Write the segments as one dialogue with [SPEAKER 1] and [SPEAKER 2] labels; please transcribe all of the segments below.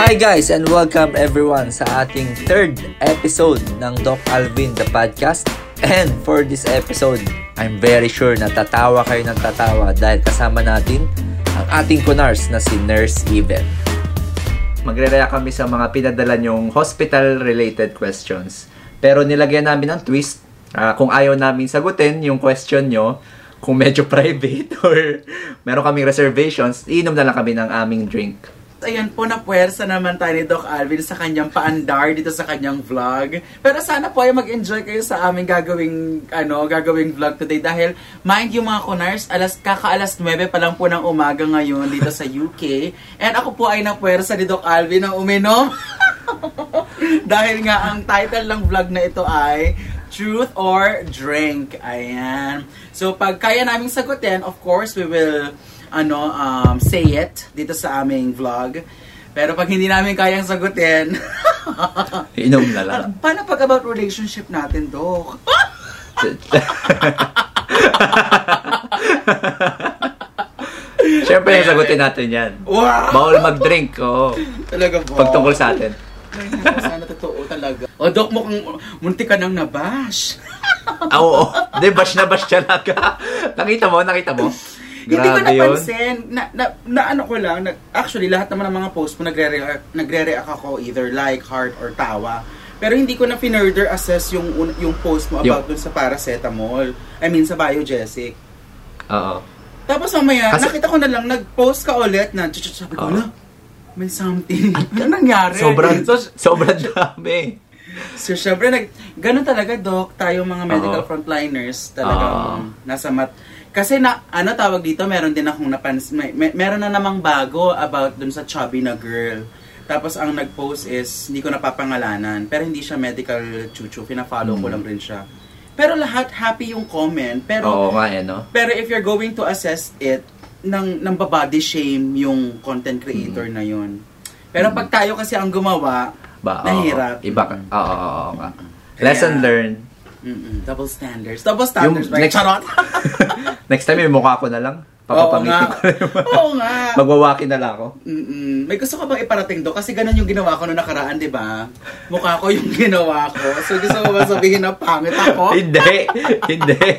[SPEAKER 1] Hi guys and welcome everyone sa ating third episode ng Doc Alvin the Podcast. And for this episode, I'm very sure na tatawa kayo ng tatawa dahil kasama natin ang ating kunars na si Nurse Even. Magre-react kami sa mga pinadala nyong hospital-related questions. Pero nilagyan namin ng twist ah, kung ayaw namin sagutin yung question nyo, kung medyo private or meron kaming reservations, iinom na lang kami ng aming drink.
[SPEAKER 2] Ayan po, napuwersa naman tayo ni Doc Alvin sa kanyang paandar dito sa kanyang vlog. Pero sana po ay mag-enjoy kayo sa aming gagawing, ano, gagawing vlog today. Dahil, mind you mga kunars, alas, kaka-alas 9 pa lang po ng umaga ngayon dito sa UK. And ako po ay napuwersa ni Doc Alvin na uminom. Dahil nga ang title ng vlog na ito ay Truth or Drink. Ayan. So pag kaya naming sagutin, of course, we will ano um, say it dito sa aming vlog. Pero pag hindi namin kayang sagutin,
[SPEAKER 1] Inom na lang.
[SPEAKER 2] paano pag about relationship natin, Doc?
[SPEAKER 1] Siyempre, sagutin natin yan.
[SPEAKER 2] Wow!
[SPEAKER 1] Bawal mag-drink, oo.
[SPEAKER 2] Talaga po.
[SPEAKER 1] Pagtungkol sa atin.
[SPEAKER 2] Ay, naku, sana totoo talaga. O, Doc, mukhang munti ka nang nabash.
[SPEAKER 1] Ah, Oo. Hindi, bash na bash talaga. nakita mo, nakita mo.
[SPEAKER 2] Hindi ko
[SPEAKER 1] Grabe yun.
[SPEAKER 2] napansin. Na, na, na ano ko lang, na, actually lahat naman ng mga post mo nagre-react, nagre-react ako either like, heart, or tawa. Pero hindi ko na finurther assess yung un- yung post mo
[SPEAKER 1] Yung-
[SPEAKER 2] about dun sa paracetamol. I mean, sa biogesic.
[SPEAKER 1] Oo.
[SPEAKER 2] Tapos mamaya,
[SPEAKER 1] Kasi-
[SPEAKER 2] nakita ko na lang, nag-post ka ulit na, "Ch- ch- sabi ko,
[SPEAKER 1] Oo.
[SPEAKER 2] "Ala, may something. ano nangyari?
[SPEAKER 1] Ah. Sobrang,
[SPEAKER 2] So,
[SPEAKER 1] sobrang dami.
[SPEAKER 2] so syempre, nag, ganun talaga, Doc, tayo mga medical
[SPEAKER 1] Oo.
[SPEAKER 2] frontliners,
[SPEAKER 1] Oo.
[SPEAKER 2] talaga nasa mat. Kasi na, ano tawag dito, meron din akong napansin, may, may- meron na namang bago about dun sa chubby na girl. Tapos ang nag-post is, hindi ko napapangalanan, pero hindi siya medical chuchu, pina-follow
[SPEAKER 1] Mm.
[SPEAKER 2] ko lang rin siya. Pero lahat happy yung comment, pero
[SPEAKER 1] Oo nga, eh, no?
[SPEAKER 2] pero if you're going to assess it, nang, nang babody shame yung content creator
[SPEAKER 1] Mm.
[SPEAKER 2] na yun. Pero pag tayo kasi ang gumawa,
[SPEAKER 1] Ba, oo.
[SPEAKER 2] nahirap.
[SPEAKER 1] Iba ka. Oo, oo, oo nga. Lesson
[SPEAKER 2] Kaya-
[SPEAKER 1] learned.
[SPEAKER 2] Mm-mm, double standards. Double standards,
[SPEAKER 1] Yung
[SPEAKER 2] right?
[SPEAKER 1] next-
[SPEAKER 2] Charot!
[SPEAKER 1] Next time, yung mukha ko na lang. Papapangiti ko na yung
[SPEAKER 2] Oo nga.
[SPEAKER 1] Magwawaki na lang ako.
[SPEAKER 2] Mm-mm. May gusto ka bang iparating do? Kasi ganun yung ginawa ko noong nakaraan, di ba? Mukha ko yung ginawa ko. So gusto mo ba sabihin na pangit ako?
[SPEAKER 1] Hindi. Hindi.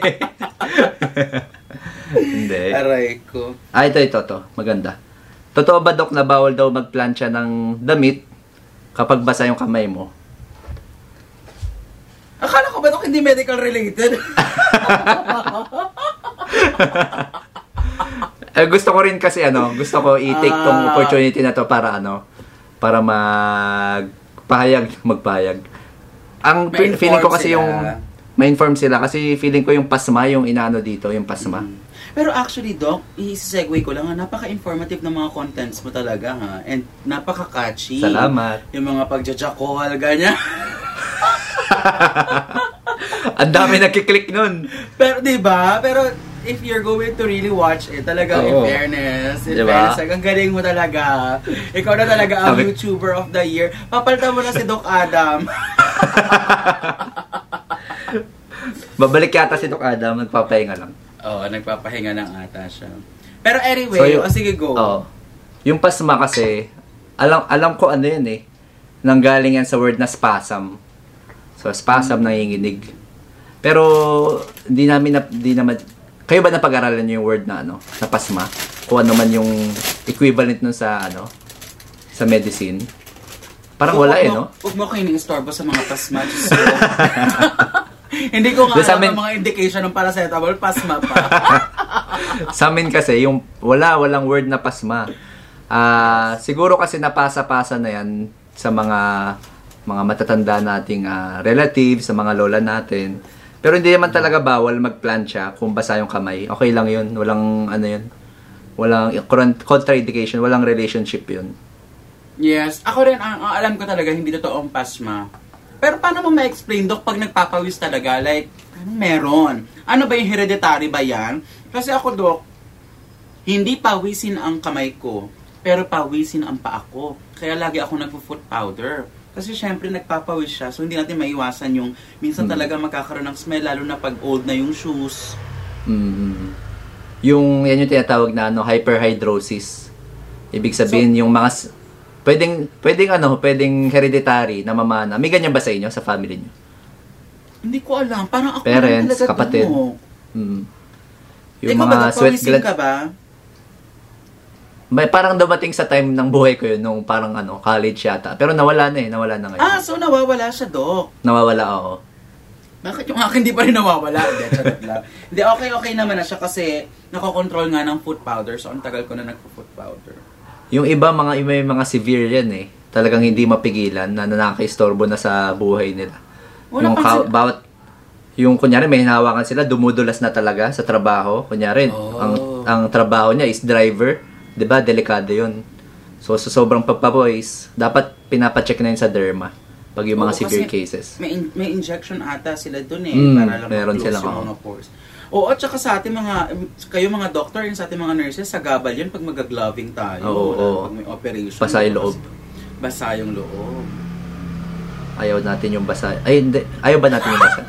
[SPEAKER 1] Hindi.
[SPEAKER 2] Aray ko.
[SPEAKER 1] Ah, ito, ito, ito. Maganda. Totoo ba, Dok, na bawal daw magplancha ng damit kapag basa yung kamay mo?
[SPEAKER 2] Akala ko ba ito hindi medical related?
[SPEAKER 1] Eh, gusto ko rin kasi, ano, gusto ko i-take tong
[SPEAKER 2] Ah.
[SPEAKER 1] opportunity na to para, ano, para magpahayag, magpahayag. Ang
[SPEAKER 2] Ma-inform
[SPEAKER 1] feeling ko kasi
[SPEAKER 2] sila.
[SPEAKER 1] yung, ma-inform sila kasi feeling ko yung pasma, yung inaano dito, yung pasma.
[SPEAKER 2] Mm. Pero actually, Doc, i-segue ko lang, ha, napaka-informative ng mga contents mo talaga, ha? And napaka-catchy.
[SPEAKER 1] Salamat.
[SPEAKER 2] Yung mga pagjajakol, ganyan.
[SPEAKER 1] Ang dami nagkiklik nun.
[SPEAKER 2] Pero, di ba? Pero, if you're going to really watch it, talaga, in
[SPEAKER 1] Oo.
[SPEAKER 2] fairness,
[SPEAKER 1] Di
[SPEAKER 2] in
[SPEAKER 1] ba?
[SPEAKER 2] fairness, ang galing mo talaga. Ikaw na talaga ang
[SPEAKER 1] Sabi-
[SPEAKER 2] YouTuber of the year. Papalitan mo na si Doc Adam.
[SPEAKER 1] Babalik yata si Doc Adam, nagpapahinga lang.
[SPEAKER 2] Oo, nagpapahinga ng ata siya. Pero anyway,
[SPEAKER 1] So, yun-
[SPEAKER 2] oh, sige, go.
[SPEAKER 1] Oo. Yung pasma kasi, alam alam ko ano yun eh. Nanggaling yan sa word na spasm. So
[SPEAKER 2] Hmm.
[SPEAKER 1] spasm nanginginig. Pero hindi namin na, di naman kayo ba napag-aralan niyo yung word na ano, na pasma? Kung ano man yung equivalent nun sa ano, sa medicine. Parang wala eh, no?
[SPEAKER 2] Huwag mo kayo istorbo sa mga pasma. Diyos ko. Hindi ko nga
[SPEAKER 1] Doon sa
[SPEAKER 2] alam
[SPEAKER 1] amin-
[SPEAKER 2] ang mga indication ng paracetamol, pasma pa.
[SPEAKER 1] Sa amin kasi, yung wala, walang word na pasma. Ah, siguro kasi napasa-pasa na yan sa mga mga matatanda nating ah, relatives, sa mga lola natin. Pero hindi naman talaga bawal magplancha kung basa yung kamay. Okay lang yun. Walang ano yun. Walang current contraindication, walang relationship yun.
[SPEAKER 2] Yes. Ako rin, ang, ang alam ko talaga, hindi totoo ang pasma. Pero paano mo ma-explain, Dok, pag nagpapawis talaga? Like, anong meron? Ano ba yung hereditary ba yan? Kasi ako, Dok, hindi pawisin ang kamay ko, pero pawisin ang paa ko. Kaya lagi ako nagpo-foot powder. Kasi syempre nagpapawis siya, so hindi natin maiwasan yung minsan
[SPEAKER 1] Hmm.
[SPEAKER 2] talaga magkakaroon ng smell, lalo na pag old na yung shoes.
[SPEAKER 1] Mm. Yung yan yung tinatawag na ano hyperhidrosis. Ibig sabihin yung mga s- Pwedeng, pwedeng ano, pwedeng hereditary na mamana. May ganyan ba sa inyo, sa family niyo?
[SPEAKER 2] Hindi ko alam. Parang ako
[SPEAKER 1] Parents,
[SPEAKER 2] lang talaga
[SPEAKER 1] kapatid.
[SPEAKER 2] Dun, oh.
[SPEAKER 1] Mm.
[SPEAKER 2] Yung Ikaw ba, pawisin ka ba?
[SPEAKER 1] May parang dumating sa time ng buhay ko yun, nung parang ano, college yata. Pero nawala na eh, nawala na ngayon.
[SPEAKER 2] Ah, so nawawala siya, Dok.
[SPEAKER 1] Nawawala ako.
[SPEAKER 2] Bakit yung akin di pa rin nawawala? Hindi, charot lang. Hindi, okay, okay naman na siya kasi nakokontrol nga ng food powder. So, ang tagal ko na nagpo-food powder.
[SPEAKER 1] Yung iba, mga iba yung mga severe yan eh. Talagang hindi mapigilan na nakakaistorbo na sa buhay nila.
[SPEAKER 2] Wala
[SPEAKER 1] yung
[SPEAKER 2] pang
[SPEAKER 1] ka-
[SPEAKER 2] sila-
[SPEAKER 1] bawat, yung kunyari may hinawakan sila, dumudulas na talaga sa trabaho. Kunyari,
[SPEAKER 2] Oh.
[SPEAKER 1] ang, ang trabaho niya is driver. 'Di ba Delikado yun. So, sa sobrang pagpaboys, dapat pinapacheck na yun sa derma pag yung mga
[SPEAKER 2] Oo,
[SPEAKER 1] severe
[SPEAKER 2] kasi
[SPEAKER 1] cases.
[SPEAKER 2] May, in- may injection ata sila dun eh.
[SPEAKER 1] Mm,
[SPEAKER 2] para lang
[SPEAKER 1] meron
[SPEAKER 2] ma-close
[SPEAKER 1] silang,
[SPEAKER 2] yung
[SPEAKER 1] oo.
[SPEAKER 2] mga pores. Oo, at saka sa ating mga, kayo mga doctor, yung sa ating mga nurses, sa gabal yun pag mag-gloving tayo.
[SPEAKER 1] Oo,
[SPEAKER 2] lalo
[SPEAKER 1] oo.
[SPEAKER 2] Pag may operation.
[SPEAKER 1] Basa yung loob.
[SPEAKER 2] Basa yung loob.
[SPEAKER 1] Ayaw natin yung basa. Ay, hindi. Ayaw ba natin yung basa?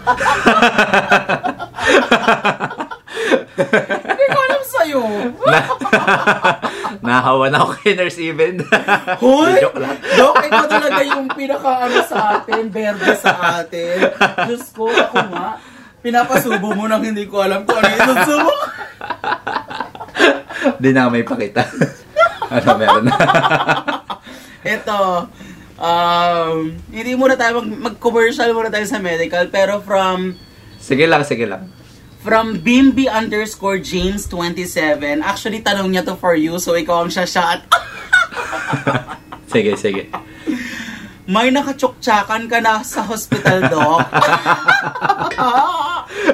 [SPEAKER 2] Hindi ko alam sa'yo.
[SPEAKER 1] na, nahawa na ako kay Nurse Even.
[SPEAKER 2] Hoy!
[SPEAKER 1] Joke lang.
[SPEAKER 2] Dok, ikaw talaga yung pinaka-ano sa atin, berde sa atin. Diyos ko, ako nga. Pinapasubo mo nang hindi ko alam kung ano yung susubo.
[SPEAKER 1] Dinamay pa kita. ano meron na?
[SPEAKER 2] Ito, um, hindi muna tayo, mag- mag-commercial muna tayo sa medical, pero from
[SPEAKER 1] sige lang, sige lang.
[SPEAKER 2] From Bimbi underscore James 27. Actually, tanong niya to for you, so ikaw ang "Ah, shashat.
[SPEAKER 1] Sige, sige.
[SPEAKER 2] May nakachuktsakan ka na sa hospital, Doc.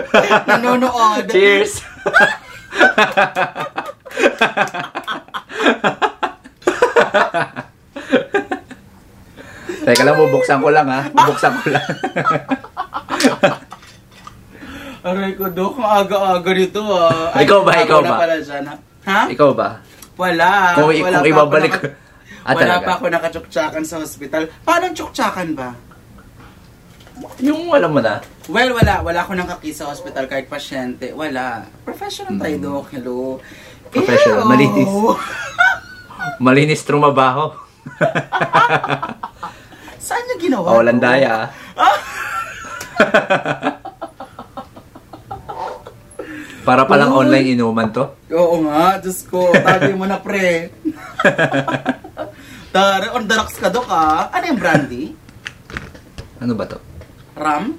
[SPEAKER 2] Ah, Nanonood.
[SPEAKER 1] Cheers! Teka lang, bubuksan ko lang ha. Bubuksan ko lang.
[SPEAKER 2] Aray ko, Doc. Ang aga-aga nito, ah. Ay,
[SPEAKER 1] Ikaw ba? Ikaw
[SPEAKER 2] wala
[SPEAKER 1] ba?
[SPEAKER 2] Pala dyan, ha? Ha?
[SPEAKER 1] Ikaw ba?
[SPEAKER 2] Wala.
[SPEAKER 1] Kung, i- kung
[SPEAKER 2] wala pa ako
[SPEAKER 1] ibabalik
[SPEAKER 2] naka-
[SPEAKER 1] Ah,
[SPEAKER 2] wala
[SPEAKER 1] talaga?
[SPEAKER 2] pa ako nakachuktsakan sa hospital. Paano ang tsuktsakan ba?
[SPEAKER 1] Yung alam mo na.
[SPEAKER 2] Well, wala. Wala akong nakakis sa hospital kahit pasyente. Wala. Professional tayo, Doc. Hello.
[SPEAKER 1] Hmm. Professional.
[SPEAKER 2] Ew.
[SPEAKER 1] Malinis. Malinis trumabaho.
[SPEAKER 2] Saan niya ginawa?
[SPEAKER 1] Oh, landaya ah. Para palang
[SPEAKER 2] Uy.
[SPEAKER 1] online inuman to.
[SPEAKER 2] Oo nga, Diyos ko. Tabi mo na, pre. Tara, on the rocks ka, Dok, ah. Ano yung brandy?
[SPEAKER 1] Ano ba to?
[SPEAKER 2] Ram?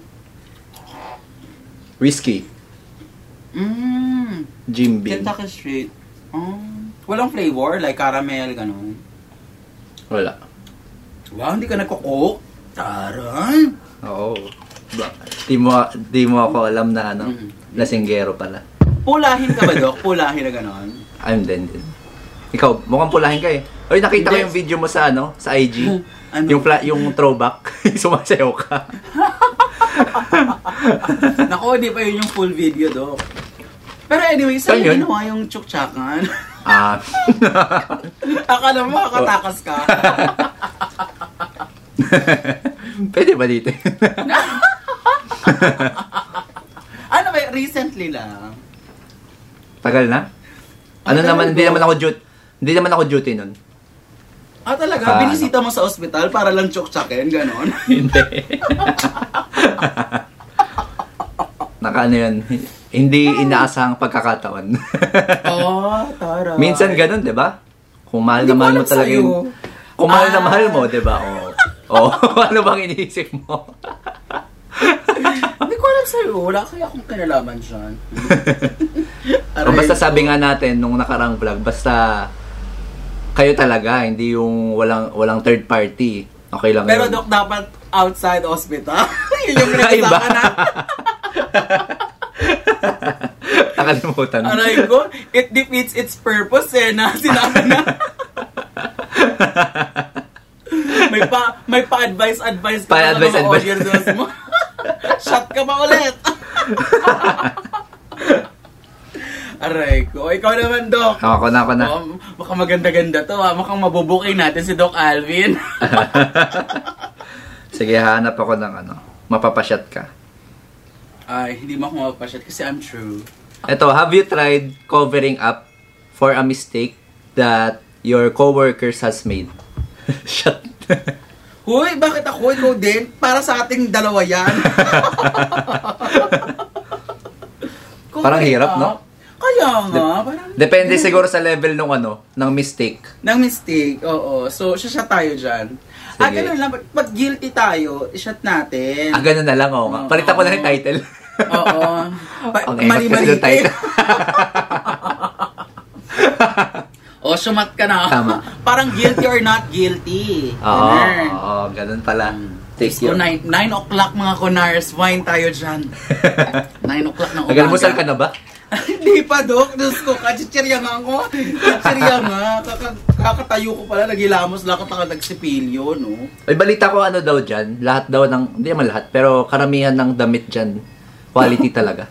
[SPEAKER 1] Whiskey.
[SPEAKER 2] Mmm.
[SPEAKER 1] Jim Beam.
[SPEAKER 2] Kentucky Street. Oh. Walang flavor, like caramel, ganun.
[SPEAKER 1] Wala.
[SPEAKER 2] Wow, hindi ka nagko-coke? Taray!
[SPEAKER 1] Oo. Ba- Di mo, di mo ako alam na ano,
[SPEAKER 2] Mm.
[SPEAKER 1] lasinggero pala.
[SPEAKER 2] Pulahin ka ba, Dok? Pulahin na ganun.
[SPEAKER 1] I'm then din. Ikaw, mukhang pulahin ka eh. Oy, nakita ko
[SPEAKER 2] Hindi.
[SPEAKER 1] yung video mo sa ano, sa IG.
[SPEAKER 2] Ano?
[SPEAKER 1] Yung fla- yung throwback, yung sumasayaw ka.
[SPEAKER 2] Nako, di pa yun yung full video, Dok. Pero anyway,
[SPEAKER 1] Saan
[SPEAKER 2] saan yung
[SPEAKER 1] yun?
[SPEAKER 2] ginawa yung tsuktsakan?
[SPEAKER 1] Ah,
[SPEAKER 2] Akala mo, makakatakas ka.
[SPEAKER 1] pwede ba dito?
[SPEAKER 2] ano ba, recently lang.
[SPEAKER 1] Tagal na? Ano
[SPEAKER 2] Tagal
[SPEAKER 1] naman, hindi
[SPEAKER 2] ba?
[SPEAKER 1] naman ako duty. Hindi naman ako duty nun.
[SPEAKER 2] Ah, talaga?
[SPEAKER 1] Saka,
[SPEAKER 2] Binisita mo sa ospital para lang tsuktsakin, ganon?
[SPEAKER 1] Hindi. Naka ano yun, hindi inaasahang pagkakataon.
[SPEAKER 2] oh, tara.
[SPEAKER 1] Minsan ganun, di ba? Kung mahal
[SPEAKER 2] Hindi
[SPEAKER 1] na
[SPEAKER 2] ko
[SPEAKER 1] mahal mo
[SPEAKER 2] alam
[SPEAKER 1] talaga
[SPEAKER 2] sa'yo.
[SPEAKER 1] yung... Kung mahal na
[SPEAKER 2] Ah.
[SPEAKER 1] mahal mo, di ba? Oo. Oo. ano bang iniisip mo?
[SPEAKER 2] Hindi ko alam sa'yo. Wala kaya akong kinalaman dyan.
[SPEAKER 1] O basta sabi nga natin nung nakarang vlog, basta kayo talaga, hindi yung walang walang third party. Okay lang
[SPEAKER 2] Pero
[SPEAKER 1] yun.
[SPEAKER 2] Dok, dapat outside hospital. Yun yung
[SPEAKER 1] Ay, ba?
[SPEAKER 2] pinag-usapan na.
[SPEAKER 1] Nakalimutan.
[SPEAKER 2] Aray ko, it defeats its purpose eh, na sinabi na. may pa may pa-advice advice ka pa
[SPEAKER 1] Pa-advice,
[SPEAKER 2] advice
[SPEAKER 1] advice.
[SPEAKER 2] audiences mo. Shot ka pa ulit. Aray ko. Ikaw naman, Doc.
[SPEAKER 1] Ako na, ako na.
[SPEAKER 2] Oh, baka maganda-ganda to ah. Mukhang mabubukin natin si Doc Alvin.
[SPEAKER 1] Sige, hanap ako ng ano. Mapapasyat ka.
[SPEAKER 2] Ay, hindi mo ako mapapasyat kasi I'm true.
[SPEAKER 1] Eto, have you tried covering up for a mistake that your coworkers has made? Shot.
[SPEAKER 2] Huy, bakit ako? Ikaw din? Para sa ating dalawa yan. Kung
[SPEAKER 1] Parang
[SPEAKER 2] may
[SPEAKER 1] hirap,
[SPEAKER 2] up,
[SPEAKER 1] no?
[SPEAKER 2] Kaya nga,
[SPEAKER 1] Dep-
[SPEAKER 2] parang
[SPEAKER 1] Depende siguro sa level ng ano, ng mistake.
[SPEAKER 2] Nang mistake, oo. So, siya tayo dyan. At
[SPEAKER 1] Sige.
[SPEAKER 2] ganun lang, pag- pag guilty tayo, shot natin.
[SPEAKER 1] Ah, ganun na lang, oo nga. Palitan ko na yung title.
[SPEAKER 2] Oo. Pa-
[SPEAKER 1] Okay,
[SPEAKER 2] Mali-mali.
[SPEAKER 1] yung title.
[SPEAKER 2] o, Oh, sumat ka na.
[SPEAKER 1] Tama.
[SPEAKER 2] Parang guilty or not guilty.
[SPEAKER 1] Oo,
[SPEAKER 2] Ganun.
[SPEAKER 1] oo, ganun pala.
[SPEAKER 3] Take
[SPEAKER 2] So, 9 nine o'clock mga kunars, wine tayo dyan. 9 o'clock ng umaga.
[SPEAKER 1] Nagalmusal ka na ba?
[SPEAKER 2] Hindi pa, Dok. Diyos ko, kachichirya nga ako. Kachichirya nga. Kaka- kakatayo ko pala, nagilamos lang ako taka nagsipilyo, no?
[SPEAKER 1] Ay, balita ko ano daw dyan. Lahat daw ng, hindi naman lahat, pero karamihan ng damit dyan. Quality talaga.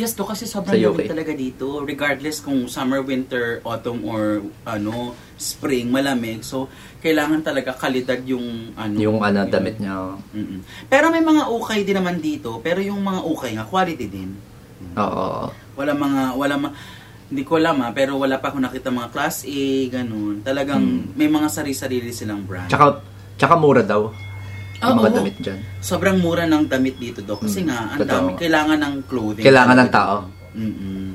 [SPEAKER 2] Yes, to kasi
[SPEAKER 1] Sa
[SPEAKER 2] sobrang
[SPEAKER 1] UK.
[SPEAKER 2] lamig talaga dito. Regardless kung summer, winter, autumn, or ano, spring, malamig. So, kailangan talaga kalidad yung ano.
[SPEAKER 1] Yung ano, damit niya. oo.
[SPEAKER 2] Mm-mm. Pero may mga ukay din naman dito. Pero yung mga ukay nga, quality din.
[SPEAKER 1] Oo. oo.
[SPEAKER 2] Wala mga, wala ma... Hindi ko alam ha, pero wala pa ako nakita mga class A, ganun. Talagang
[SPEAKER 1] Mm.
[SPEAKER 2] may mga sarili-sarili silang brand.
[SPEAKER 1] Tsaka, tsaka mura daw. Yung
[SPEAKER 2] Oo.
[SPEAKER 1] mga damit dyan.
[SPEAKER 2] Sobrang mura ng damit dito, Dok. Kasi
[SPEAKER 1] Mm,
[SPEAKER 2] nga, ang
[SPEAKER 1] totoo
[SPEAKER 2] dami.
[SPEAKER 1] nga.
[SPEAKER 2] Kailangan ng clothing.
[SPEAKER 1] Kailangan ng tao.
[SPEAKER 2] mm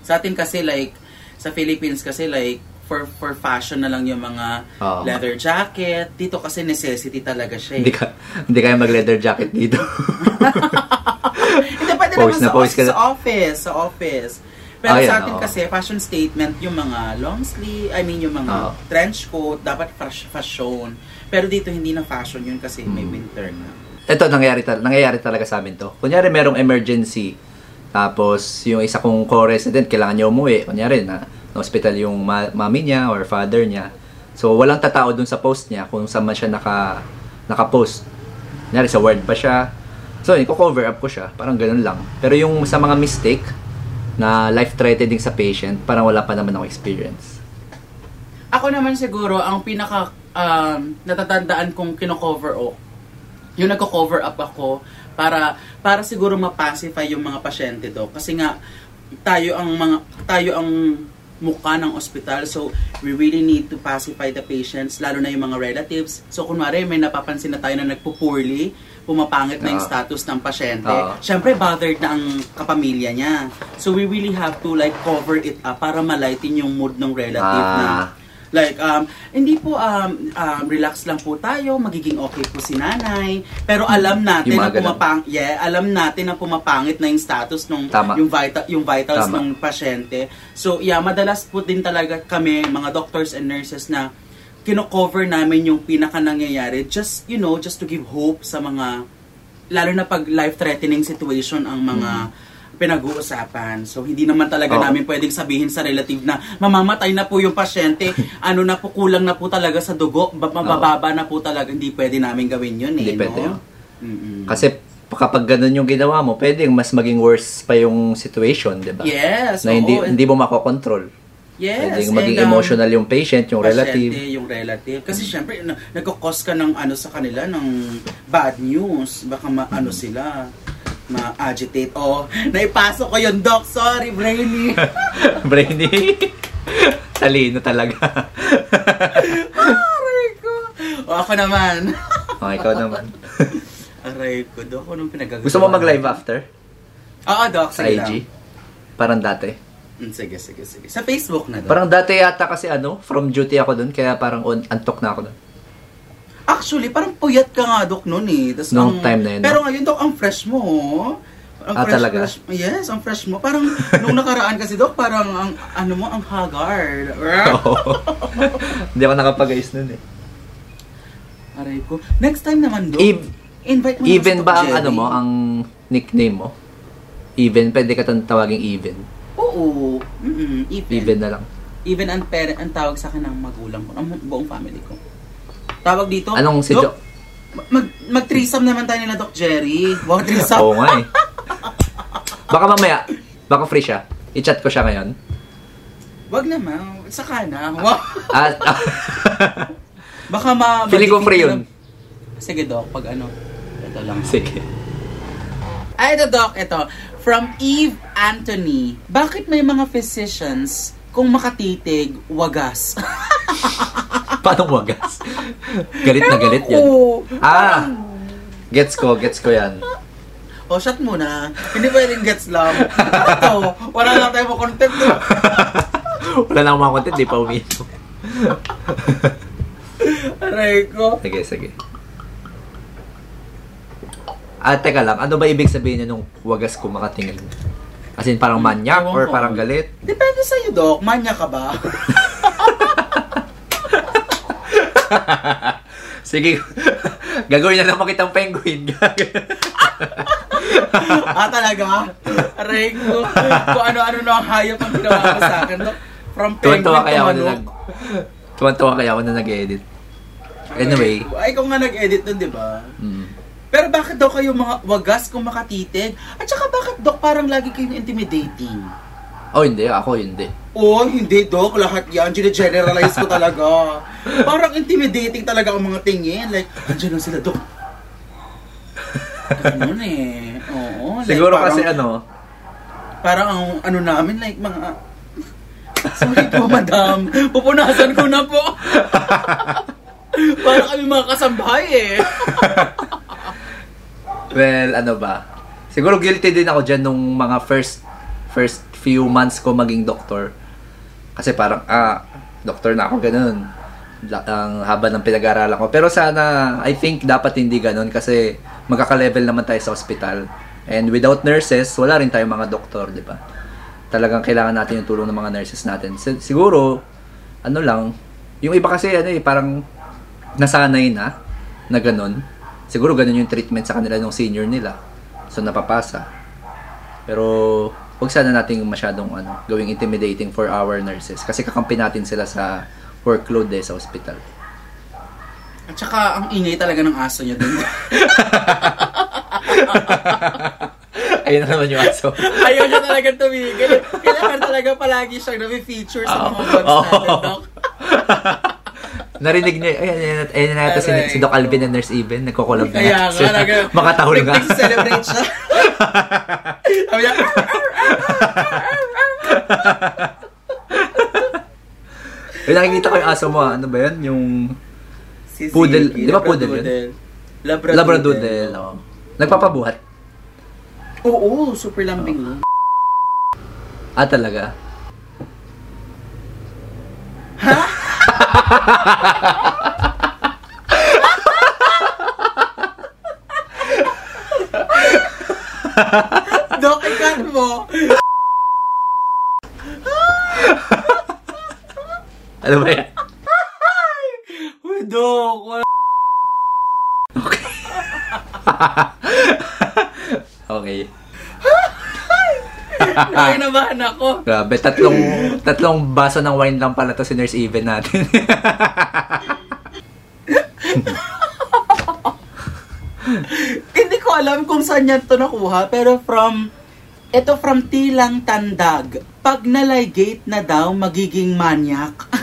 [SPEAKER 2] Sa atin kasi, like, sa Philippines kasi, like, for for fashion na lang yung mga
[SPEAKER 1] Oo.
[SPEAKER 2] leather jacket. Dito kasi necessity talaga siya. eh.
[SPEAKER 1] Hindi ka, hindi kaya mag leather jacket dito.
[SPEAKER 2] Hindi, pwede
[SPEAKER 1] Pose
[SPEAKER 2] naman
[SPEAKER 1] na
[SPEAKER 2] sa,
[SPEAKER 1] pose ka
[SPEAKER 2] sa
[SPEAKER 1] na.
[SPEAKER 2] office. Sa office. Pero
[SPEAKER 1] Ah, yan,
[SPEAKER 2] sa atin
[SPEAKER 1] oo.
[SPEAKER 2] kasi, fashion statement, yung mga long sleeve, I mean, yung mga
[SPEAKER 1] Oo.
[SPEAKER 2] trench coat, dapat fresh fashion. Pero dito, hindi na fashion yun kasi
[SPEAKER 1] Mm.
[SPEAKER 2] may winter na.
[SPEAKER 1] Ito, nangyayari, tal- nangyayari talaga sa amin to. Kunyari, merong emergency. Tapos, yung isa kong co-resident, kailangan niya umuwi. Kunyari, na, na hospital yung ma- mami niya or father niya. So, walang tatao dun sa post niya kung saan man siya naka, naka-post. Kunyari, sa word pa siya. So, yun, cover up ko siya. Parang ganun lang. Pero yung sa mga mistake na life-threatening sa patient, parang wala pa naman ako experience.
[SPEAKER 2] Ako naman siguro, ang pinaka um, natatandaan kong kino-cover up, yung nagko-cover up ako para para siguro mapacify yung mga pasyente do kasi nga tayo ang mga tayo ang mukha ng ospital so we really need to pacify the patients lalo na yung mga relatives so kunwari may napapansin na tayo na nagpo-poorly pumapangit na yung
[SPEAKER 1] Oo.
[SPEAKER 2] status ng pasyente
[SPEAKER 1] Oo.
[SPEAKER 2] syempre bothered na ang kapamilya niya so we really have to like cover it up para malighten yung mood ng relative
[SPEAKER 1] Ah.
[SPEAKER 2] na Like, um, hindi po, um, um, relax lang po tayo, magiging okay po si nanay. Pero alam natin
[SPEAKER 1] Hmm. Yung
[SPEAKER 2] na
[SPEAKER 1] mga ganun.
[SPEAKER 2] pumapang, yeah, alam natin na pumapangit na yung status nung,
[SPEAKER 1] Tama.
[SPEAKER 2] yung, vita- yung vitals
[SPEAKER 1] Tama.
[SPEAKER 2] ng pasyente. So, yeah, madalas po din talaga kami, mga doctors and nurses na kino-cover namin yung pinaka nangyayari just, you know, just to give hope sa mga, lalo na pag life-threatening situation ang mga pinag-uusapan. So, hindi naman talaga
[SPEAKER 1] Hmm. Oo.
[SPEAKER 2] namin pwedeng sabihin sa relative na mamamatay na po yung pasyente, ano na po, kulang na po talaga sa dugo, ba- mabababa na po talaga, hindi pwede namin gawin yun eh.
[SPEAKER 1] Hindi
[SPEAKER 2] no?
[SPEAKER 1] pwede, oh.
[SPEAKER 2] Mm-mm.
[SPEAKER 1] Kasi kapag ganun yung ginawa mo, pwedeng mas maging worse pa yung situation, di ba?
[SPEAKER 2] Yes,
[SPEAKER 1] na hindi
[SPEAKER 2] oo.
[SPEAKER 1] hindi mo makokontrol.
[SPEAKER 2] oh, Yes,
[SPEAKER 1] Pwedeng
[SPEAKER 2] and,
[SPEAKER 1] maging
[SPEAKER 2] um,
[SPEAKER 1] emotional yung patient, yung relative.
[SPEAKER 2] Pasyente, yung relative. Kasi syempre, na, nagkakos ka ng ano sa kanila, ng bad news. Baka maano sila, ma-agitate. Oh, naipasok ko yun, Doc. Sorry, brainy.
[SPEAKER 1] Brainy. Talino talaga.
[SPEAKER 2] Aray ko. O, ako naman.
[SPEAKER 1] oh, ikaw naman.
[SPEAKER 2] Aray ko, Doc. Anong pinagagawa?
[SPEAKER 1] Gusto mo mag-live after?
[SPEAKER 2] Oo, Doc.
[SPEAKER 1] Sa
[SPEAKER 2] sige
[SPEAKER 1] IG? Parang dati.
[SPEAKER 2] lang. Mm, Sige, sige, sige. Sa Facebook na, Doc.
[SPEAKER 1] Parang dati yata kasi ano, from duty ako dun, kaya parang on, antok na ako dun.
[SPEAKER 2] Actually, parang puyat ka nga, Dok, noon eh. Tas
[SPEAKER 1] Noong time na yun,
[SPEAKER 2] Pero ngayon, Dok, ang fresh mo, oh. Ang
[SPEAKER 1] Ah, talaga?
[SPEAKER 2] Fresh, yes, ang fresh mo. Parang nung nakaraan kasi, Dok, parang ang, ano mo, ang haggard.
[SPEAKER 1] Oo. Hindi ako nakapag-ayos nun eh.
[SPEAKER 2] Aray ko. Next time naman, Dok.
[SPEAKER 1] Ev-
[SPEAKER 2] invite mo na
[SPEAKER 1] Even
[SPEAKER 2] si Doc
[SPEAKER 1] ba ang
[SPEAKER 2] Jerry.
[SPEAKER 1] ano mo, ang nickname mo? Even, pwede ka tan- tawaging even.
[SPEAKER 2] Oo. Mm-mm, even. Even,
[SPEAKER 1] Even na lang.
[SPEAKER 2] ang, parent, ang tawag sa akin ng magulang ko, ang buong family ko. Tawag dito,
[SPEAKER 1] Anong si
[SPEAKER 2] Doc,
[SPEAKER 1] Jo?
[SPEAKER 2] mag, mag-threesome naman tayo nila, Doc Jerry. Wow, threesome.
[SPEAKER 1] Oo nga eh. Baka mamaya, baka free siya. I-chat ko siya ngayon.
[SPEAKER 2] Wag naman. Saka na. Wow.
[SPEAKER 1] At,
[SPEAKER 2] Baka ma...
[SPEAKER 1] feeling ko
[SPEAKER 2] ma-
[SPEAKER 1] free yun.
[SPEAKER 2] Sige, Doc. Pag ano. Ito lang.
[SPEAKER 1] Sige.
[SPEAKER 2] Ay, ito, Doc. Ito. From Eve Anthony. Bakit may mga physicians kung makatitig, wagas?
[SPEAKER 1] Paano wagas? galit na galit yan.
[SPEAKER 2] Oo.
[SPEAKER 1] Ah! Gets ko, gets ko yan.
[SPEAKER 2] O, shot muna. Hindi pwedeng gets lang. Ano to? Wala lang tayo mo content. eh.
[SPEAKER 1] Wala na akong mga content, di pa umiinom.
[SPEAKER 2] Aray ko.
[SPEAKER 1] Sige, sige. Ah, teka lang. Ano ba ibig sabihin niya nung wagas kumakatingin? As in, parang manyak
[SPEAKER 2] Ewan
[SPEAKER 1] or
[SPEAKER 2] ko.
[SPEAKER 1] parang galit?
[SPEAKER 2] Depende sa'yo, Doc. Manya ka ba?
[SPEAKER 1] Sige, gagawin na lang makitang penguin.
[SPEAKER 2] ah, talaga? Aray ko. Kung ano-ano na ang hayop ang ginawa ko sa akin, Doc. From penguin to
[SPEAKER 1] Tuwan-tuwa kaya ako na
[SPEAKER 2] manok.
[SPEAKER 1] nag... Tuwan-tuwa kaya ako na nag-edit. Anyway.
[SPEAKER 2] Ay, ikaw nga nag-edit nun, di ba?
[SPEAKER 1] Mm.
[SPEAKER 2] Pero bakit daw kayo mga wagas kung makatitig? At saka bakit, Doc, parang lagi kayong intimidating?
[SPEAKER 1] Oh, hindi. Ako, hindi.
[SPEAKER 2] Oh, hindi, Doc. Lahat yan. Gine-generalize ko talaga. Parang intimidating talaga ang mga tingin. Like, andyan lang sila, Doc. Ganun eh. Oo. like,
[SPEAKER 1] Siguro
[SPEAKER 2] parang-
[SPEAKER 1] kasi ano,
[SPEAKER 2] Parang ang ano namin, like mga... Sorry po, madam. Pupunasan ko na po. Parang kami mga kasambahay eh.
[SPEAKER 1] well, ano ba? Siguro guilty din ako dyan nung mga first first few months ko maging doktor. Kasi parang, ah, doktor na ako, ganun. La- Ang haba ng pinag-aralan ko. Pero sana, I think dapat hindi ganun kasi magkaka-level naman tayo sa hospital. And without nurses, wala rin tayong mga doktor, di ba? Talagang kailangan natin yung tulong ng mga nurses natin. Si- siguro, ano lang, yung iba kasi, ano eh, parang nasanay na na ganun. Siguro ganun yung treatment sa kanila nung senior nila. So, napapasa. Pero huwag sana nating masyadong ano, gawing intimidating for our nurses kasi kakampi natin sila sa workload eh, sa hospital.
[SPEAKER 2] At saka, ang ingay talaga ng aso niya doon.
[SPEAKER 1] Ayun na naman yung aso.
[SPEAKER 2] Ayaw niya talaga tumigil. Kailangan talaga palagi siyang nami-feature sa mga vlogs
[SPEAKER 1] Oo.
[SPEAKER 2] natin, Doc.
[SPEAKER 1] Narinig niyo, ayun, ayun, ayun, ayun na yata si, si Doc Alvin and Nurse Even, nagko-collab na yata
[SPEAKER 2] Kaya nga,
[SPEAKER 1] sila.
[SPEAKER 2] talaga.
[SPEAKER 1] Makatahol nga.
[SPEAKER 2] Nag-celebrate siya. Sabi niya,
[SPEAKER 1] Ayun, nakikita ko yung aso mo, ah. ano ba yun? Yung
[SPEAKER 2] si
[SPEAKER 1] Poodle.
[SPEAKER 2] Ziggy,
[SPEAKER 1] Di ba poodle yun?
[SPEAKER 2] Labradoodle. Labradoodle.
[SPEAKER 1] Labradoodle. Oh. Nagpapabuhat.
[SPEAKER 2] Oo, super lambing nun.
[SPEAKER 1] Ah, talaga?
[SPEAKER 2] Doc, ikan mo.
[SPEAKER 1] Ano ba yan?
[SPEAKER 2] Uy, Doc, wala.
[SPEAKER 1] Okay.
[SPEAKER 2] Nakinabahan ako.
[SPEAKER 1] Grabe, tatlong, tatlong baso ng wine lang pala to si Nurse Even natin.
[SPEAKER 2] Hindi ko alam kung saan niya ito nakuha, pero from, ito from Tilang Tandag. Pag nalaygate na daw, magiging manyak.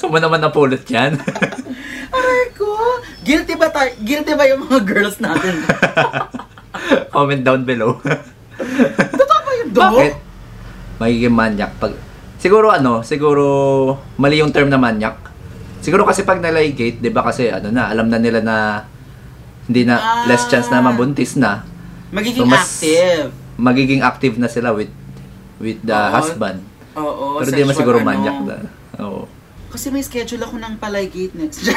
[SPEAKER 1] Saan mo naman napulot yan?
[SPEAKER 2] Aray ko. Guilty ba, tayo? guilty ba yung mga girls natin? Ano
[SPEAKER 1] Comment down below.
[SPEAKER 2] Totoo ba yun, Doc?
[SPEAKER 1] Bakit? Magiging manyak pag... Siguro ano, siguro mali yung term na manyak. Siguro kasi pag nalaygate, di ba kasi ano na, alam na nila na hindi na,
[SPEAKER 2] Ah.
[SPEAKER 1] less chance na mabuntis na.
[SPEAKER 2] Magiging
[SPEAKER 1] So, mas-
[SPEAKER 2] active.
[SPEAKER 1] Magiging active na sila with with the
[SPEAKER 2] Oo.
[SPEAKER 1] husband.
[SPEAKER 2] Oo,
[SPEAKER 1] Pero di naman
[SPEAKER 2] sexual
[SPEAKER 1] siguro
[SPEAKER 2] ano.
[SPEAKER 1] manyak na. Oo.
[SPEAKER 2] Kasi may schedule ako ng palaygate next.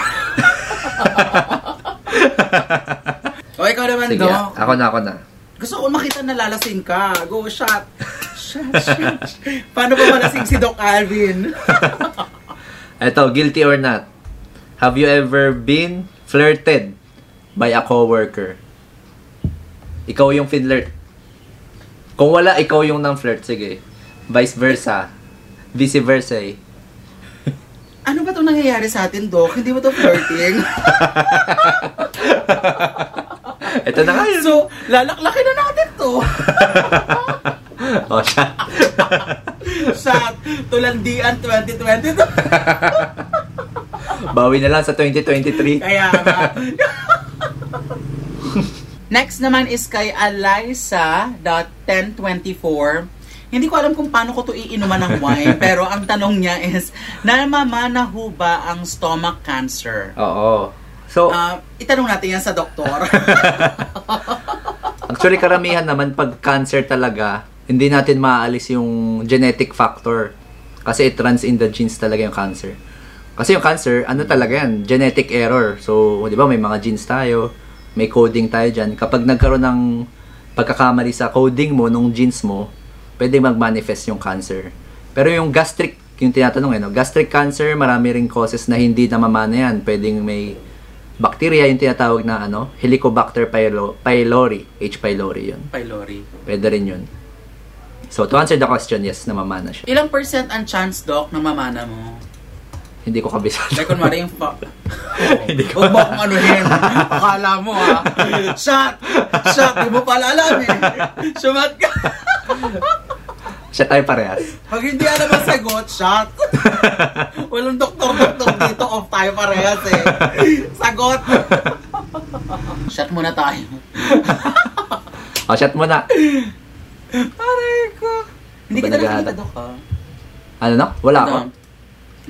[SPEAKER 2] o, ikaw naman,
[SPEAKER 1] Sige,
[SPEAKER 2] Doc.
[SPEAKER 1] ako na, ako na.
[SPEAKER 2] Gusto ko makita na lalasing ka. Go, shot. Shot, shot. Paano ba malasing si Doc Alvin?
[SPEAKER 1] Eto, guilty or not. Have you ever been flirted by a coworker? Ikaw yung finlirt. Kung wala, ikaw yung nang flirt. Sige. Vice versa. Vice versa eh.
[SPEAKER 2] Ano ba itong nangyayari sa atin, Doc? Hindi ba ito flirting?
[SPEAKER 1] Ito Ano na nga yun.
[SPEAKER 2] so, lalaklaki na natin to.
[SPEAKER 1] O Oh, siya.
[SPEAKER 2] Shot. Tulandian 2022.
[SPEAKER 1] Bawi na lang sa 2023.
[SPEAKER 2] Kaya nga. Next naman is kay Eliza.1024. Hindi ko alam kung paano ko to iinuman ng wine, pero ang tanong niya is, namamana ho ba ang stomach cancer?
[SPEAKER 1] Oo. So,
[SPEAKER 2] Ah, itanong natin yan sa doktor.
[SPEAKER 1] Actually, karamihan naman, pag cancer talaga, hindi natin maaalis yung genetic factor. Kasi it runs in the genes talaga yung cancer. Kasi yung cancer, ano talaga yan? Genetic error. So, di ba, may mga genes tayo, may coding tayo dyan. Kapag nagkaroon ng pagkakamali sa coding mo, nung genes mo, pwede mag-manifest yung cancer. Pero yung gastric, yung tinatanong, eh, no? gastric cancer, marami ring causes na hindi namamana yan. Pwedeng may bacteria yung tinatawag na ano, Helicobacter pylo- pylori, H. pylori yun.
[SPEAKER 2] Pylori.
[SPEAKER 1] Pwede rin yun. So, to answer the question, yes, namamana siya.
[SPEAKER 2] Ilang percent ang chance, Doc, na mamana mo?
[SPEAKER 1] Hindi ko kabisado.
[SPEAKER 2] Like, kunwari yung fuck.
[SPEAKER 1] Hindi ko-
[SPEAKER 2] Huwag mo akong anuhin. Akala mo, ha? Shot! Shot! Di mo pala alam, eh. Shumat ka.
[SPEAKER 1] siya tayo parehas.
[SPEAKER 2] Pag hindi alam ang sagot, shot. Walang doktor-doktor dito. Off tayo parehas, eh. Sagot! Shot muna tayo.
[SPEAKER 1] O, Oh, shot mo na.
[SPEAKER 2] Aray ko. Hindi kita
[SPEAKER 1] Banagata.
[SPEAKER 2] nakikita, Doc, ha?
[SPEAKER 1] Ano na? Wala ako.
[SPEAKER 2] Doc.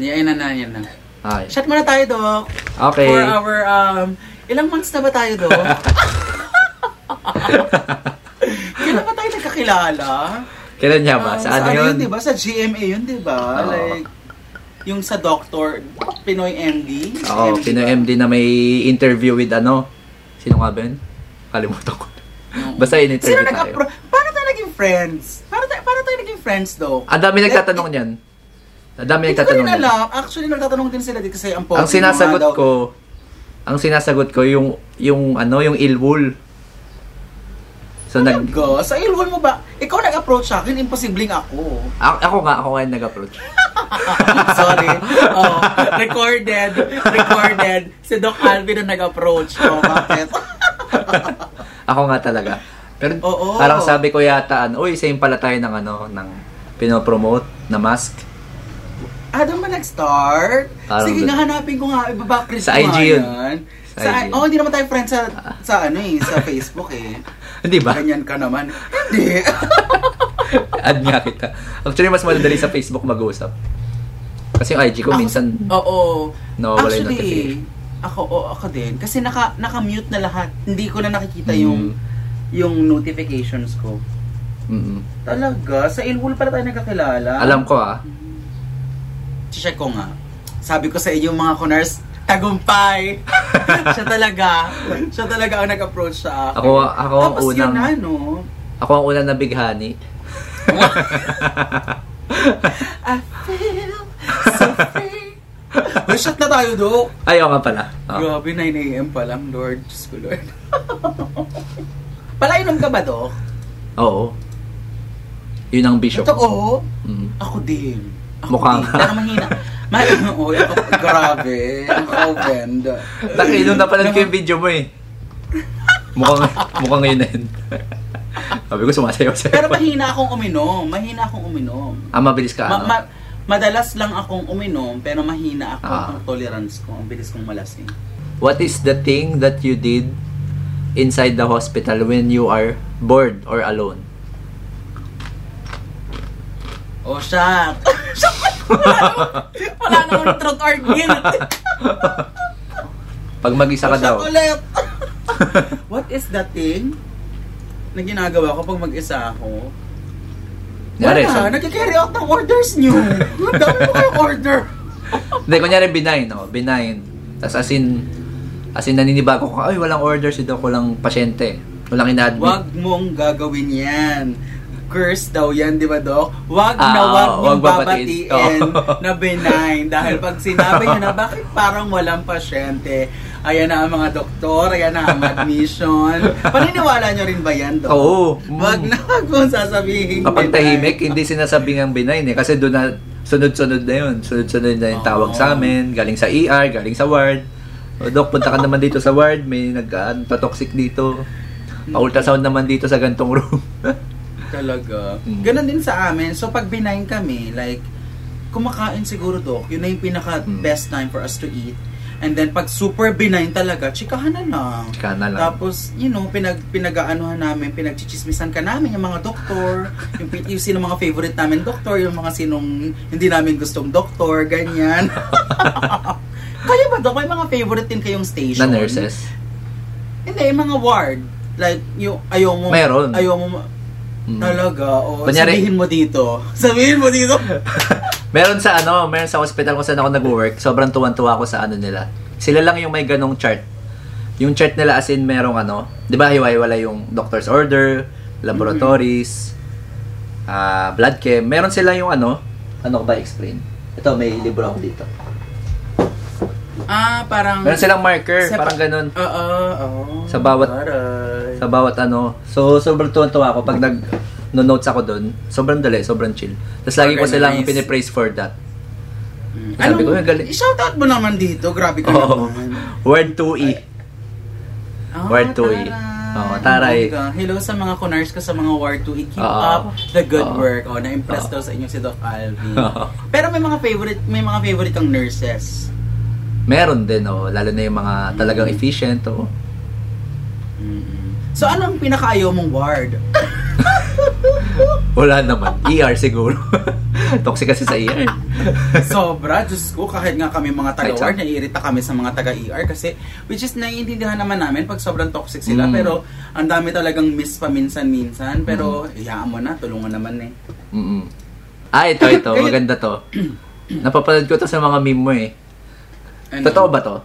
[SPEAKER 2] Yan na na, yan na.
[SPEAKER 1] Ay.
[SPEAKER 2] Shot muna tayo, Doc.
[SPEAKER 1] Okay.
[SPEAKER 2] For our, um, ilang months na ba tayo do? Kailan ba tayo nagkakilala?
[SPEAKER 1] Kailan niya ba?
[SPEAKER 2] Um,
[SPEAKER 1] Sa ano yun?
[SPEAKER 2] di ba? Sa GMA yun, di ba?
[SPEAKER 1] Oo.
[SPEAKER 2] Like, yung sa doctor, Pinoy MD.
[SPEAKER 1] Oo,
[SPEAKER 2] MD.
[SPEAKER 1] Pinoy MD na may interview with ano. Sino nga ba yun? Kalimutan ko. Basta
[SPEAKER 2] Sino
[SPEAKER 1] in-interview tayo.
[SPEAKER 2] nag-approach? Paano tayo naging friends? Paano tayo, paano tayo naging friends, do?
[SPEAKER 1] Ang dami nagtatanong niyan. Ang dami
[SPEAKER 2] Hindi ko
[SPEAKER 1] Ah, nagtatanong
[SPEAKER 2] rin
[SPEAKER 1] niyan.
[SPEAKER 2] alam. Actually, nagtatanong din sila dito kasi ang pogi
[SPEAKER 1] ang
[SPEAKER 2] mo nga
[SPEAKER 1] sinasagot
[SPEAKER 2] daw.
[SPEAKER 1] ko ang sinasagot ko yung yung ano yung ilwool so nag
[SPEAKER 2] Ano Go. Sa ilwan mo ba? Ikaw nag-approach sa akin, imposibleng ako.
[SPEAKER 1] a- ako nga ako nga yung nag-approach
[SPEAKER 2] Sorry. Oh, recorded. Recorded. Si Doc Alvin ang nag-approach. Oh, bakit?
[SPEAKER 1] ako nga talaga pero
[SPEAKER 2] Oo.
[SPEAKER 1] parang sabi ko yata ano uy same pala tayo ng ano ng pinopromote na mask
[SPEAKER 2] ah, doon ba nag-start?
[SPEAKER 1] Parang
[SPEAKER 2] Sige
[SPEAKER 1] doon.
[SPEAKER 2] nga, hanapin ko nga. Ibaba, Chris.
[SPEAKER 1] Sa
[SPEAKER 2] ko nga
[SPEAKER 1] IG yun.
[SPEAKER 2] yan.
[SPEAKER 1] Sa
[SPEAKER 2] Sa,
[SPEAKER 1] IG.
[SPEAKER 2] oh, hindi naman tayo friends sa, sa ano eh, sa Facebook eh.
[SPEAKER 1] hindi ba
[SPEAKER 2] Ganyan ka naman. Hindi.
[SPEAKER 1] add nga kita actually mas madali sa Facebook mag-usap kasi yung IG ko
[SPEAKER 2] Ako-
[SPEAKER 1] minsan
[SPEAKER 2] Oo.
[SPEAKER 1] nawawala yung
[SPEAKER 2] Actually,
[SPEAKER 1] notification.
[SPEAKER 2] ako, oo, ako din. Kasi naka, naka-mute na lahat. Hindi ko na nakikita yung
[SPEAKER 1] Hmm.
[SPEAKER 2] yung notifications ko.
[SPEAKER 1] mm
[SPEAKER 2] Talaga? Sa Ilwol pala tayo nagkakilala.
[SPEAKER 1] alam ko ah
[SPEAKER 2] Check ko nga. Sabi ko sa inyo mga kunars, tagumpay. siya talaga. Siya talaga ang nag-approach sa akin.
[SPEAKER 1] ako ako ang
[SPEAKER 2] Tapos
[SPEAKER 1] unang
[SPEAKER 2] yun na, no?
[SPEAKER 1] ako ang unang nabighani
[SPEAKER 2] I feel so free. Uy, shot na tayo, Dok.
[SPEAKER 1] ayaw nga pala Ah. Oo.
[SPEAKER 2] Grabe, 9 a.m. pa lang, Lord. Diyos ko, Lord. Palainom ka ba, Dok?
[SPEAKER 1] Oo. Yun ang bisyo ko.
[SPEAKER 2] Totoo?
[SPEAKER 1] Mm.
[SPEAKER 2] oh. Ako din. Ako
[SPEAKER 1] Mukha
[SPEAKER 2] din.
[SPEAKER 1] ka.
[SPEAKER 2] Pero mahina. Mahina. Uy, ako, grabe. Nakaka-offend.
[SPEAKER 1] Taki, nung napanood ko yung video mo eh. Mukhang, mukhang yun na yun. Sabi ko sumasayaw sa'yo.
[SPEAKER 2] Pero mahina akong uminom. Mahina akong uminom.
[SPEAKER 1] Ah, mabilis ka.
[SPEAKER 2] Ma-
[SPEAKER 1] ano?
[SPEAKER 2] ma- madalas lang akong uminom, pero mahina ako
[SPEAKER 1] Ah.
[SPEAKER 2] ang tolerance ko. Ang bilis kong malasing.
[SPEAKER 1] What is the thing that you did inside the hospital when you are bored or alone?
[SPEAKER 2] Oh, shot! wala namang, wala namang truth or guilt.
[SPEAKER 1] Pag mag-isa ka
[SPEAKER 2] Oh, shot
[SPEAKER 1] daw.
[SPEAKER 2] ulit. What is the thing na ginagawa ko pag mag-isa ako? Wala,
[SPEAKER 1] Kunyari, sa-
[SPEAKER 2] nagka-carry out ng orders niyo. Ang dami mo kayong order.
[SPEAKER 1] Hindi, kunyari benign, no? Benign. Tapos as in, as in naninibago ko, ay, walang order si Doc, walang pasyente. Walang ina-admit.
[SPEAKER 2] Huwag mong gagawin yan. Curse daw yan, di ba, Doc? Huwag
[SPEAKER 1] Ah,
[SPEAKER 2] na huwag
[SPEAKER 1] oo,
[SPEAKER 2] niyong
[SPEAKER 1] huwag babatiin.
[SPEAKER 2] babatiin
[SPEAKER 1] Oo.
[SPEAKER 2] na benign. Dahil pag sinabi niyo na, bakit parang walang pasyente? Ayan na ang mga doktor, ayan na ang admission. Paniniwala niyo rin ba yan, Doc?
[SPEAKER 1] Oo.
[SPEAKER 2] Huwag na huwag mong sasabihin.
[SPEAKER 1] Kapag
[SPEAKER 2] benign.
[SPEAKER 1] tahimik, hindi sinasabing ang benign eh. Kasi doon na, sunod-sunod na yun. Sunod-sunod na yung tawag
[SPEAKER 2] Oo.
[SPEAKER 1] sa amin. Galing sa ER, galing sa ward. O, Dok, punta ka naman dito sa ward. May nag-toxic dito. Pa-ultrasound naman dito sa gantong room.
[SPEAKER 2] Talaga.
[SPEAKER 1] Mm.
[SPEAKER 2] Ganon din sa amin. So, pag binayin
[SPEAKER 1] Hmm.
[SPEAKER 2] kami, like, kumakain siguro, Doc, yun na yung pinaka-best time for us to eat. And then pag super benign talaga, chikahan na lang.
[SPEAKER 1] Chikahan na lang.
[SPEAKER 2] Tapos, you know, pinag pinagaanuhan namin, pinagchichismisan ka namin yung mga doktor, yung, pi- yung sino mga favorite namin doktor, yung mga sinong hindi namin gustong doktor, ganyan. Kayo ba, Dok? May mga favorite din kayong
[SPEAKER 1] Na
[SPEAKER 2] station?
[SPEAKER 1] nurses.
[SPEAKER 2] Hindi, yung mga ward. Like, yung ayaw mo...
[SPEAKER 1] Meron.
[SPEAKER 2] Ayaw mo... ma-
[SPEAKER 1] Mm.
[SPEAKER 2] Talaga, o.
[SPEAKER 1] Kunyari-
[SPEAKER 2] sabihin mo dito. Sabihin mo dito.
[SPEAKER 1] meron sa ano, meron sa hospital kung saan ako nag-work, sobrang tuwan-tuwa ako sa ano nila. Sila lang yung may ganong chart. Yung chart nila as in merong ano, 'di ba hiwa-hiwala yung doctor's order, laboratories,
[SPEAKER 2] Mm-hmm.
[SPEAKER 1] ah blood chem. Meron sila yung ano, ano ko ba explain? Ito may libro ako dito.
[SPEAKER 2] ah, parang...
[SPEAKER 1] Meron silang marker,
[SPEAKER 2] Sepa-
[SPEAKER 1] parang ganun.
[SPEAKER 2] Oo, oo.
[SPEAKER 1] Sa bawat-
[SPEAKER 2] Aray.
[SPEAKER 1] sa bawat ano. So, sobrang tuwan-tuwa ako pag nag no notes ako doon. Sobrang dali, sobrang chill. Tapos lagi ko silang
[SPEAKER 2] Organized.
[SPEAKER 1] pinipraise for that.
[SPEAKER 2] Mm.
[SPEAKER 1] Sabi ko, "Uy, galing."
[SPEAKER 2] I-shoutout mo naman dito. Grabe ka
[SPEAKER 1] Oo.
[SPEAKER 2] naman.
[SPEAKER 1] Word E. 2E.
[SPEAKER 2] Ah,
[SPEAKER 1] Ward 2E.
[SPEAKER 2] taray.
[SPEAKER 1] eh. Oo, taray.
[SPEAKER 2] Oh my God. Hello sa mga kunars ko sa mga Ward 2E. Keep
[SPEAKER 1] Oo.
[SPEAKER 2] up the good
[SPEAKER 1] Oo.
[SPEAKER 2] work. Oh, na-impress
[SPEAKER 1] Oo.
[SPEAKER 2] daw sa inyo si Doc Alvin.
[SPEAKER 1] Oo.
[SPEAKER 2] Pero may mga favorite, may mga favorite kang nurses.
[SPEAKER 1] Meron din, oh. Lalo na yung mga talagang efficient, oh.
[SPEAKER 2] So, ano ang pinakaayaw mong ward?
[SPEAKER 1] Wala naman. ER siguro. Toxic kasi sa ER.
[SPEAKER 2] Sobra, Diyos ko, kahit nga kami mga taga-ward,
[SPEAKER 1] Kahit sa-
[SPEAKER 2] naiirita kami sa mga taga-ER kasi, which is naiintindihan naman namin pag sobrang toxic sila,
[SPEAKER 1] Mm.
[SPEAKER 2] pero ang dami talagang miss pa minsan-minsan, pero
[SPEAKER 1] Mm.
[SPEAKER 2] hayaan mo na, tulungan naman eh.
[SPEAKER 1] Mm-mm. Ah, ito, ito. Maganda to. Napapanood ko to sa mga meme mo, eh.
[SPEAKER 2] Ano?
[SPEAKER 1] Totoo ba to?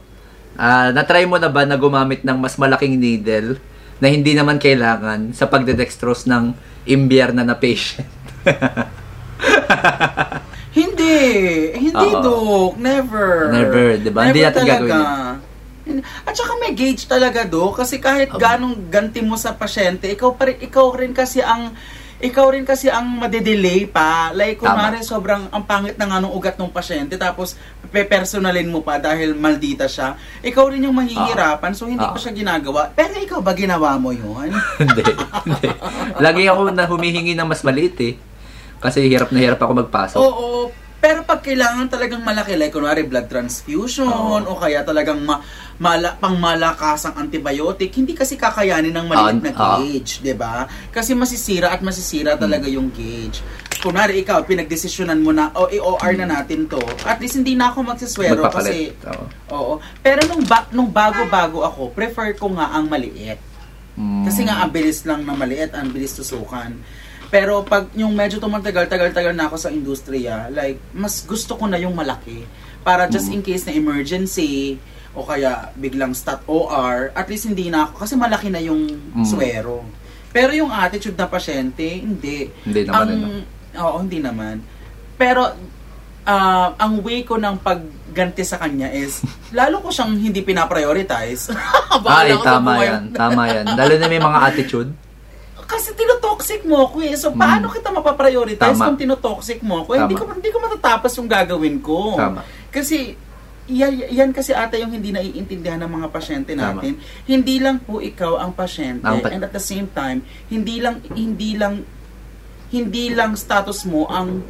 [SPEAKER 1] Ah, natry mo na ba na gumamit ng mas malaking needle na hindi naman kailangan sa pagdedextrose ng imbyerna na patient?
[SPEAKER 2] Hindi! Hindi,
[SPEAKER 1] Oo.
[SPEAKER 2] Dok! Never!
[SPEAKER 1] Never, di ba?
[SPEAKER 2] Never
[SPEAKER 1] Hindi natin
[SPEAKER 2] talaga.
[SPEAKER 1] gagawin
[SPEAKER 2] Hindi. At saka may gauge talaga, Dok. Kasi kahit ganong ganti mo sa pasyente, ikaw, pa rin, ikaw rin kasi ang ikaw rin kasi ang madedelay pa. Like,
[SPEAKER 1] Tama.
[SPEAKER 2] kunwari, sobrang ang pangit na nga nung ugat ng pasyente, tapos pe-personalin mo pa dahil maldita siya. Ikaw rin yung mahihirapan, so hindi
[SPEAKER 1] Oo.
[SPEAKER 2] ko siya ginagawa. Pero ikaw ba ginawa mo yun?
[SPEAKER 1] hindi. Hindi. Lagi ako na humihingi ng mas maliit, eh. Kasi hirap na hirap ako magpasok.
[SPEAKER 2] Oo. Pero pag kailangan talagang malaki, like kunwari blood transfusion,
[SPEAKER 1] Oo.
[SPEAKER 2] o kaya talagang ma, mala, pang malakasang antibiotic, hindi kasi kakayanin ng maliit
[SPEAKER 1] Oo,
[SPEAKER 2] na
[SPEAKER 1] oo.
[SPEAKER 2] gauge, di ba? Kasi masisira at
[SPEAKER 1] Hmm.
[SPEAKER 2] masisira talaga yung gauge. Kunwari ikaw, pinagdesisyonan mo na, o i-OR na natin to, at least hindi na ako magsiswero kasi...
[SPEAKER 1] Hmm. Magpapalit. Oo.
[SPEAKER 2] Oo. Pero nung, ba- nung bago-bago ako, prefer ko nga ang maliit.
[SPEAKER 1] Mm.
[SPEAKER 2] Kasi nga, ang bilis lang na maliit, ang bilis tusukan. Pero pag yung medyo tumatagal-tagal-tagal na ako sa industriya, like, mas gusto ko na yung malaki. Para just
[SPEAKER 1] Mm.
[SPEAKER 2] in case na emergency, o kaya biglang stat OR, at least hindi na ako, kasi malaki na yung
[SPEAKER 1] Mm.
[SPEAKER 2] swero. Pero yung attitude na pasyente, hindi.
[SPEAKER 1] Hindi naman,
[SPEAKER 2] Ang-
[SPEAKER 1] ano?
[SPEAKER 2] Oo, hindi naman. Pero, ah, ang way ko ng pagganti sa kanya is, lalo ko siyang hindi pinaprioritize. Bakit
[SPEAKER 1] Ay,
[SPEAKER 2] ako sa
[SPEAKER 1] tama
[SPEAKER 2] buhay?
[SPEAKER 1] yan. Tama yan. Lalo na may mga attitude.
[SPEAKER 2] Kasi tinotoxic mo ako eh. So, paano kita mapaprioritize
[SPEAKER 1] Hmm. Tama.
[SPEAKER 2] kung tinotoxic mo ako? Eh,
[SPEAKER 1] Tama.
[SPEAKER 2] Hindi ko, hindi ko matatapos yung gagawin ko.
[SPEAKER 1] Tama.
[SPEAKER 2] Kasi, yan, yan kasi ata yung hindi naiintindihan ng mga pasyente
[SPEAKER 1] Tama.
[SPEAKER 2] natin. Hindi lang po ikaw ang pasyente.
[SPEAKER 1] Ang pa-
[SPEAKER 2] and at the same time, hindi lang, hindi lang, hindi lang status mo ang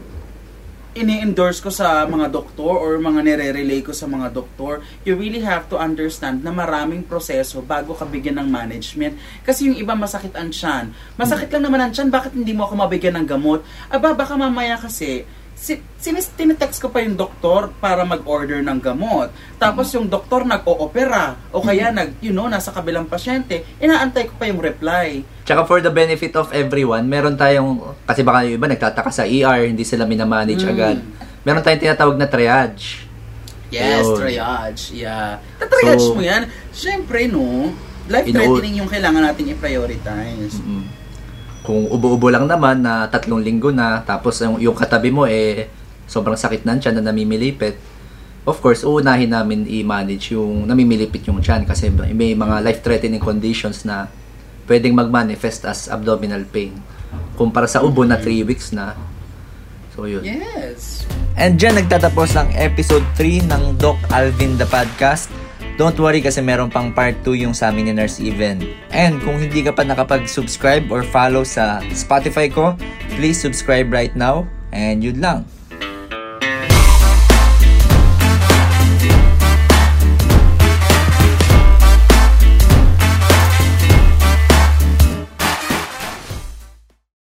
[SPEAKER 2] ini-endorse ko sa mga doktor or mga nire-relay ko sa mga doktor, you really have to understand na maraming proseso bago ka bigyan ng management. Kasi yung iba masakit ang tiyan. Masakit lang naman ang tiyan, bakit hindi mo ako mabigyan ng gamot? Aba, baka mamaya kasi, si, sinis, tinetext ko pa yung doktor para mag-order ng gamot. Tapos yung doktor nag-oopera o kaya nag, you know, nasa kabilang pasyente, inaantay ko pa yung reply.
[SPEAKER 1] Tsaka for the benefit of everyone, meron tayong, kasi baka yung iba nagtataka sa ER, hindi sila minamanage agad. Meron tayong tinatawag na triage.
[SPEAKER 2] Yes,
[SPEAKER 1] Yun.
[SPEAKER 2] triage. Yeah. Tatriage
[SPEAKER 1] So,
[SPEAKER 2] mo yan. Siyempre, no. Life-threatening yung kailangan nating i-prioritize.
[SPEAKER 1] Mm. Kung ubo-ubo lang naman na tatlong linggo na, tapos yung, yung katabi mo eh, sobrang sakit na tiyan na namimilipit, of course, uunahin namin i-manage yung namimilipit yung tiyan kasi may mga life-threatening conditions na pwedeng mag-manifest as abdominal pain. Kumpara sa ubo na 3 weeks na. So yun.
[SPEAKER 2] Yes.
[SPEAKER 3] And dyan nagtatapos ang episode 3 ng Doc Alvin the Podcast. Don't worry kasi meron pang part 2 yung sa amin ni Nurse Even. And kung hindi ka pa nakapag-subscribe or follow sa Spotify ko, please subscribe right now. And yun lang.